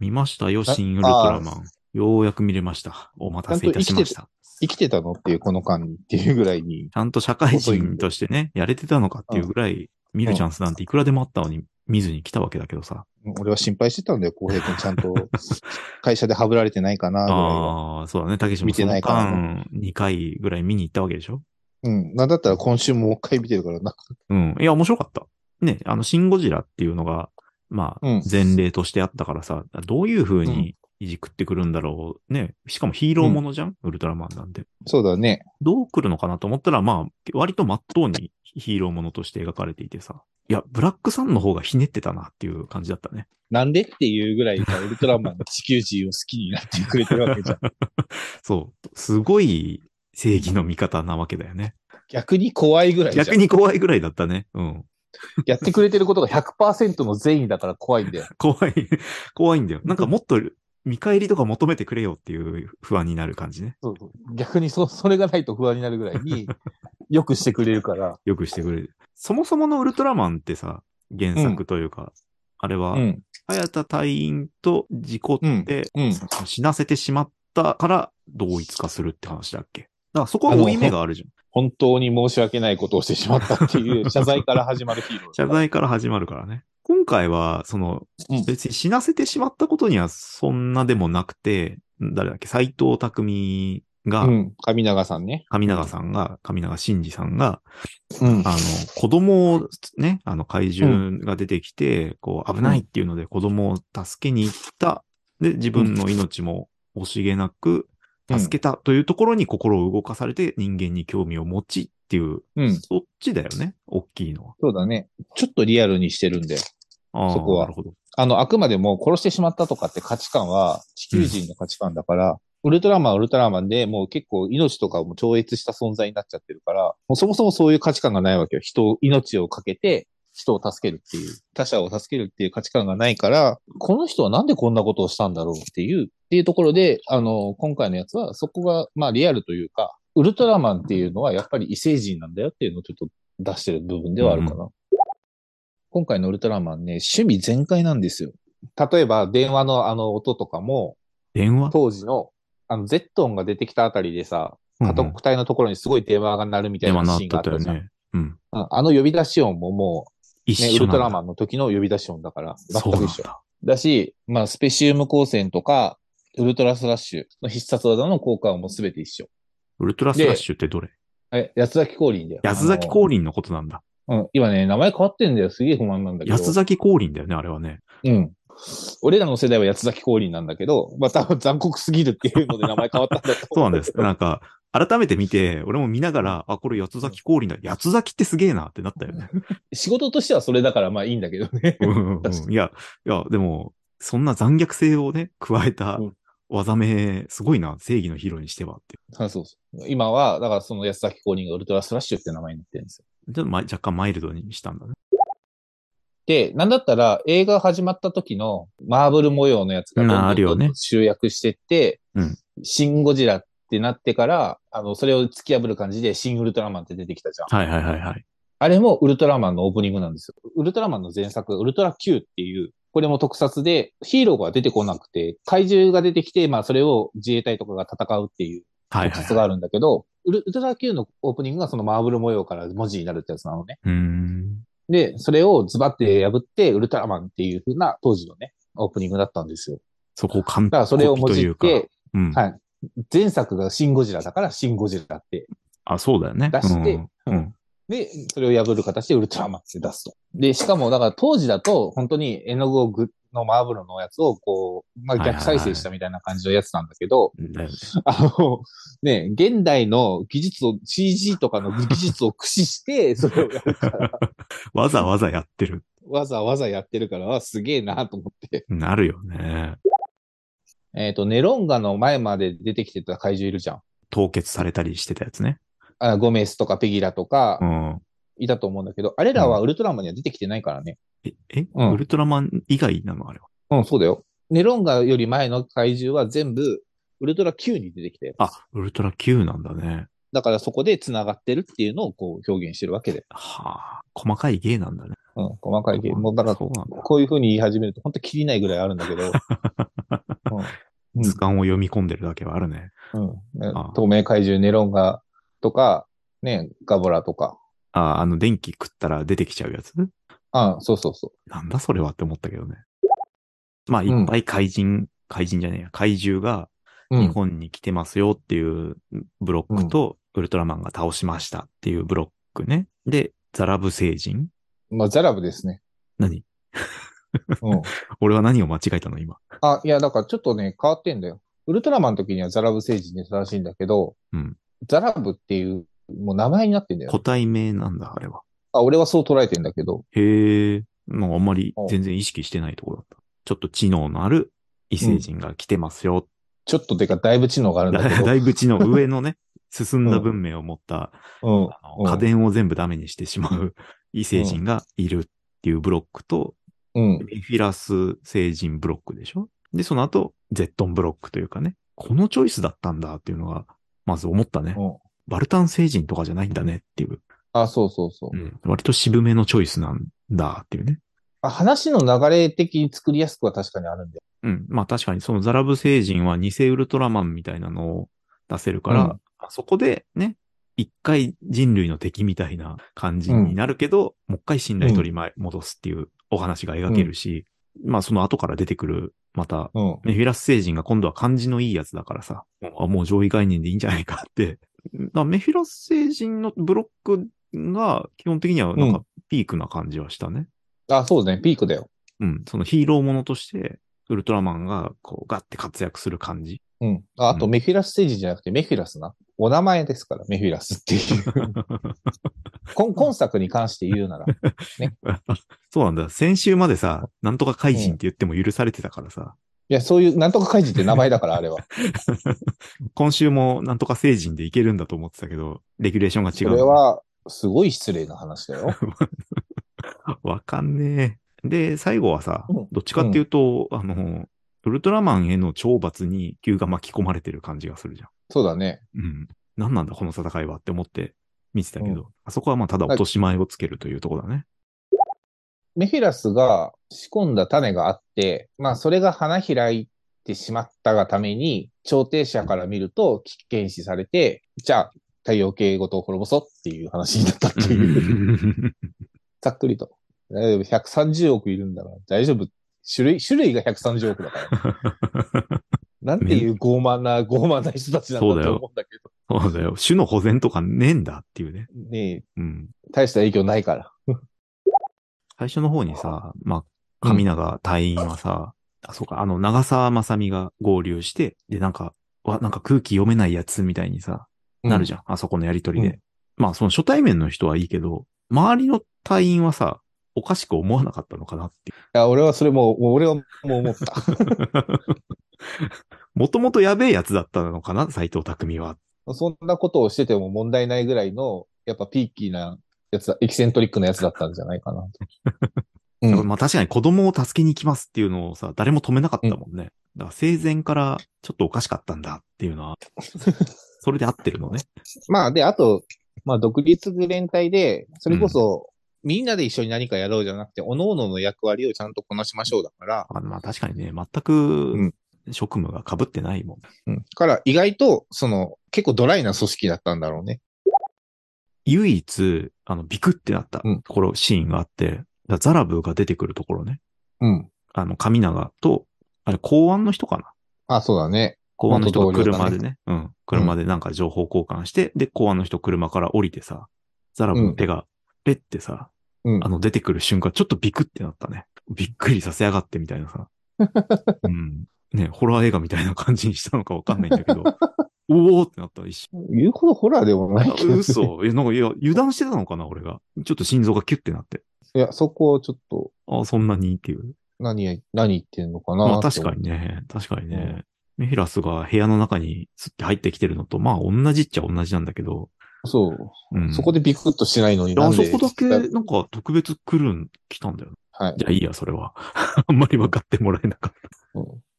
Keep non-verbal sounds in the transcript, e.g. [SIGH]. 見ましたよ、新ウルトラマン。ようやく見れました。お待たせいたしました。生きてたのっていう、この間にっていうぐらいに。ちゃんと社会人としてね、やれてたのかっていうぐらい、見るチャンスなんていくらでもあったのに、見ずに来たわけだけどさ。俺は心配してたんだよ、浩平君ちゃ [LAUGHS] んと会社でハブられてないかな、ぐらいは。ああ、そうだね。たけしも見そてなのいから間、2回ぐらい見に行ったわけでしょうん。なんだったら今週もう一回見てるからな。うん。いや、面白かった。ね、あの、シン・ゴジラっていうのが、まうあん、前例としてあったからさ、どういう風にいじくってくるんだろう。ね、しかもヒーローものじゃん、ウルトラマンなんで。そうだね。どう来るのかなと思ったら、まあ、割と真っ当にヒーローものとして描かれていてさ。いや、ブラックさんの方がひねってたなっていう感じだったね。なんでっていうぐらいがウルトラマンの地球人を好きになってくれてるわけ [LAUGHS] じゃん。そう。すごい正義の味方なわけだよね。逆に怖いぐらいじゃん。逆に怖いぐらいだったね。うん。やってくれてることが100%の善意だから怖いんだよ。怖い、 [LAUGHS] 怖いんだよ。なんかもっと見返りとか求めてくれよっていう不安になる感じね。そうそう逆にそ、それがないと不安になるぐらいに、よくしてくれるから。よくしてくれる。そもそものウルトラマンってさ、原作というか、あれは、ん。早田隊員と事故って、うん。死なせてしまったから同一化するって話だっけだからそこは負い目があるじゃん。本当に申し訳ないことをしてしまったっていう謝罪から始まるヒーロー。 [LAUGHS] 謝罪から始まるからね。今回は、そのうん、別に死なせてしまったことにはそんなでもなくて、誰だっけ斎藤匠が、うん。神長さんね。神長さんが、神長真司さんが、うん。あの、子供をね、あの怪獣が出てきて、こう、危ないっていうので子供を助けに行った。で、自分の命も惜しげなく、うん助けたというところに心を動かされて人間に興味を持ちっていう、うん。そっちだよね、大きいのは。そうだね。ちょっとリアルにしてるんだよ。あーそこはなるほど。あの、あくまでも殺してしまったとかって価値観は地球人の価値観だから、ウルトラマンはウルトラマンでもう結構命とかをもう超越した存在になっちゃってるから、もうそもそもそういう価値観がないわけよ。人を、命をかけて人を助けるっていう、他者を助けるっていう価値観がないから、この人はなんでこんなことをしたんだろうっていう、っていうところで、あの、今回のやつはそこが、まあリアルというか、ウルトラマンっていうのはやっぱり異星人なんだよっていうのをちょっと出してる部分ではあるかな。今回のウルトラマンね、趣味全開なんですよ。例えば、電話のあの音とかも、電話当時の、あの、ゼットンが出てきたあたりでさ、家うんうん督隊のところにすごい電話が鳴るみたい電話ななっシーンがあたったとじゃよん。ね。うん。うんあの呼び出し音ももう、一ね、ウ緒なルんだトラマンの時の呼び出し音だから、全そうくなん一緒。だ。だし、まあ、スペシウム光線とか、ウルトラスラッシュの必殺技の効果はもうすべて一緒。ウルトラスラッシュってどれえ、八つ崎降臨だよ。安崎降臨のことなんだ。あのうん、今ね、名前変わってんだよ。すげえ不満なんだけど。安崎降臨だよね、あれはね。うん。俺らの世代は八つ崎降臨なんだけど、まあ多分残酷すぎるっていうので名前変わったんだと [LAUGHS] そう思なんです。なんか、改めて見て、俺も見ながら、あ、これ八つ咲き降臨だ。八つ咲きってすげえなってなったよね。仕事としてはそれだからまあいいんだけどね。うんうん確かうんいや、いや、でも、そんな残虐性をね、加えたうん技名、すごいな、正義のヒーローにしてはって。あそうそう。今は、だからその八つ崎降臨がウルトラスラッシュって名前になってるんですよ。ちょっとま若干マイルドにしたんだね。で、なんだったら映画始まった時のマーブル模様のやつがどんどんうんあるよねどんどん集約してって、うんシンゴジラってなってから、あの、それを突き破る感じでシンウルトラマンって出てきたじゃん。はいはいはいはい。あれもウルトラマンのオープニングなんですよ。ウルトラマンの前作、ウルトラ Q っていう、これも特撮で、ヒーローが出てこなくて、怪獣が出てきて、まあそれを自衛隊とかが戦うっていうはい特はい、撮はい。があるんだけど、ウルウルトラ Q のオープニングがそのマーブル模様から文字になるってやつなのね。うーん。で、それをズバッて破って、ウルトラマンっていう風な当時のね、オープニングだったんですよ。そこを完だからそれを文と字いっうか。て、うん。はい。前作がシンゴジラだからシンゴジラってあ、そうだよね。出してうんうん。で、それを破る形でウルトラマンって出すと。で、しかも、だから当時だと、本当に絵の具をグのマーブルのやつをこう、まはあいはいはい逆再生したみたいな感じのやつなんだけど、だよね。あの、ね、現代の技術を、CG とかの技術を駆使 [LAUGHS] して、それをやるから、わざわざやってる。わざわざやってるから、わすげえなと思って。なるよね。えっ、と、ネロンガの前まで出てきてた怪獣いるじゃん。凍結されたりしてたやつね。あゴメスとかペギラとかう、ん。いたと思うんだけど、あれらはウルトラマンには出てきてないからね。え、え、うんウルトラマン以外なのあれは。うん、そうだよ。ネロンガより前の怪獣は全部、ウルトラ Q に出てきたよ。あ、ウルトラ Q なんだね。だからそこで繋がってるっていうのをこう表現してるわけで。はあ、細かい芸なんだね。うん、細かいゲーム。もうだから、そうなんだ [LAUGHS] こういう風に言い始めると本当切りないぐらいあるんだけど、うん図鑑を読み込んでるだけはあるね。うんあ。透明怪獣ネロンガとか、ね、ガボラとか。あ、あの、電気食ったら出てきちゃうやつあそうそうそなんだそれはって思ったけどね。まあ、いんっぱい怪人、怪人じゃねえや、怪獣がう。う日ん。本に来てますよっていうブロックと、ウルトラマンが倒しましたっていうブロックね。で、ザラブ星人まあ、ザラブですね。何うん。俺は何を間違えたの今。あ、いや、だからちょっとね、変わってんだよ。ウルトラマンの時にはザラブ星人で正しいんだけど、うんザラブっていう、もう名前になってんだよ。個体名なんだ、あれは。あ、俺はそう捉えてんだけど、へえ、まああんまりお全然意識してないところだった。ちょっと知能のある異星人が来てますよ。ちょっとてかだいぶ知能 [LAUGHS] があるんだだけだいぶ知能、上の [LAUGHS] ね、進んだ文明を持ったど、あうんの家電を全部ダメにしてしまう異星人がいるっていうブロックと、うん、うん。メフィラス星人ブロックでしょで、その後、ゼットンブロックというかね、このチョイスだったんだっていうのが、まず思ったね。うん、バルタン星人とかじゃないんだねっていう。あ、そうそうそうう。ん、割と渋めのチョイスなんだっていうね。あ話の流れ的に作りやすくは確かにあるんだよ。うん。まあ確かにそのザラブ星人は偽ウルトラマンみたいなのを出せるから、うんあそこでね、一回人類の敵みたいな感じになるけど、もう一回信頼取り前戻すっていうお話が描けるし、まあその後から出てくる、また、うん。メフィラス星人が今度は感じのいいやつだからさ、あもう上位概念でいいんじゃないかって。だからメフィラス星人のブロックが基本的にはなんうかピークな感じはしたね。あ、そうだね。ピークだよ。うん、そのヒーローものとして、ウルトラマンがこうガッて活躍する感じ。うん。ああと、うんメフィラスステージじゃなくて、メフィラスな。お名前ですから、メフィラスっ [LAUGHS] ていう。今今作に関して言うなら。そうなんだ。先週までさ、なんとか怪人って言っても許されてたからさ、いや、そういう、なんとか怪人って名前だから、あれは。今週もなんとか星人でいけるんだと思ってたけど、レギュレーションが [LAUGHS] 違。そうれ、は、すごい失礼な話だよ。わかんねえ。で、最後はさうん、どっちかっていうと、あの、ウルトラマンへの懲罰に球が巻き込まれてる感じがするじゃん。そうだね。うん。何なんだ、この戦いはって思って見てたけど、うあそこはまあただ落とし前をつけるというところだ [LAUGHS] ね。メフィラスが仕込んだ種があって、まあ、それが花開いてしまったがために、調停者から見ると危険視されて、じゃあ、太陽系ごと滅ぼそうっていう話になったっていう。ざっくりと。大丈夫、130億いるんだから、大丈夫。種類、種類が130億だから。 [LAUGHS] なんていう傲慢な、傲慢な人たちなんそうだだとよ思うんだけど。そうだよ。種の保全とかねえんだっていうね。ねえうん。大した影響ないから。最初の方にさ、まあ、神永隊員はさ、あ、そうか、あの、長澤まさみが合流して、で、なんか、わ、なんか空気読めないやつみたいにさ、なるじゃゃん。あそこのやりとりで。うんまあ、その初対面の人はいいけど、周りの隊員はさ、おかしく思わなかったのかなっていん。いや、俺はそれもう、もう俺はもう思った。 [LAUGHS] う。 [LAUGHS] もともとやべえやつだったのかな斎藤匠は。そんなことをしてても問題ないぐらいの、やっぱピーキーなやつだ、エキセントリックなやつだったんじゃないかなと。 [LAUGHS] うん。まあ確かに子供を助けに行きますっていうのをさ、誰も止めなかったもんね。だから生前からちょっとおかしかったんだっていうの [LAUGHS] は、それで合ってるのね。まあ、で、あと、まあ、独立連帯で、それこそ、みんなで一緒に何かやろうじゃなくて、各々の役割をちゃんとこなしましょうだから、あまあ確かにね、全うんく職務が被ってないもん。うん。から、意外と、その、結構ドライな組織だったんだろうね。唯一、あの、ビクってなったところ、シーンがあって、だからザラブが出てくるところね。うん。ああの、神長と、あれ、公安の人かなそうだね。公安の人が元同僚車だねでね、うん、車でなんか情報交換して、で、公安の人車から降りてさ、ザラブの手が、ペッてさ、うんあ。の、出てくる瞬間、ちょっとビクってなったね。びっくりさせやがってみたいな [LAUGHS] さ。うん。ね、ホラー映画みたいな感じにしたのかわかんないんだけど、 [LAUGHS] おおってなった一瞬。言うほどホラーでもないあけど、ね。 [LAUGHS] 嘘。え、なんか、いや、油断してたのかな、俺が。ちょっと心臓がキュッてなって。いや、そこをちょっと、あそんなにっていう。何、何言ってんのかなまあ、って確思うかにね。確かにね。メフィラスが部屋の中にすって入ってきてるのと、まあ、同じっちゃ同じなんだけど、そう。うん。そこでビクッとしないのにいやなあんそでこだけ、なんか、特別来るん、来たんだよ。は [LAUGHS] いじ。ゃあいいや、それは。あんまり分かってもらえなかった。うん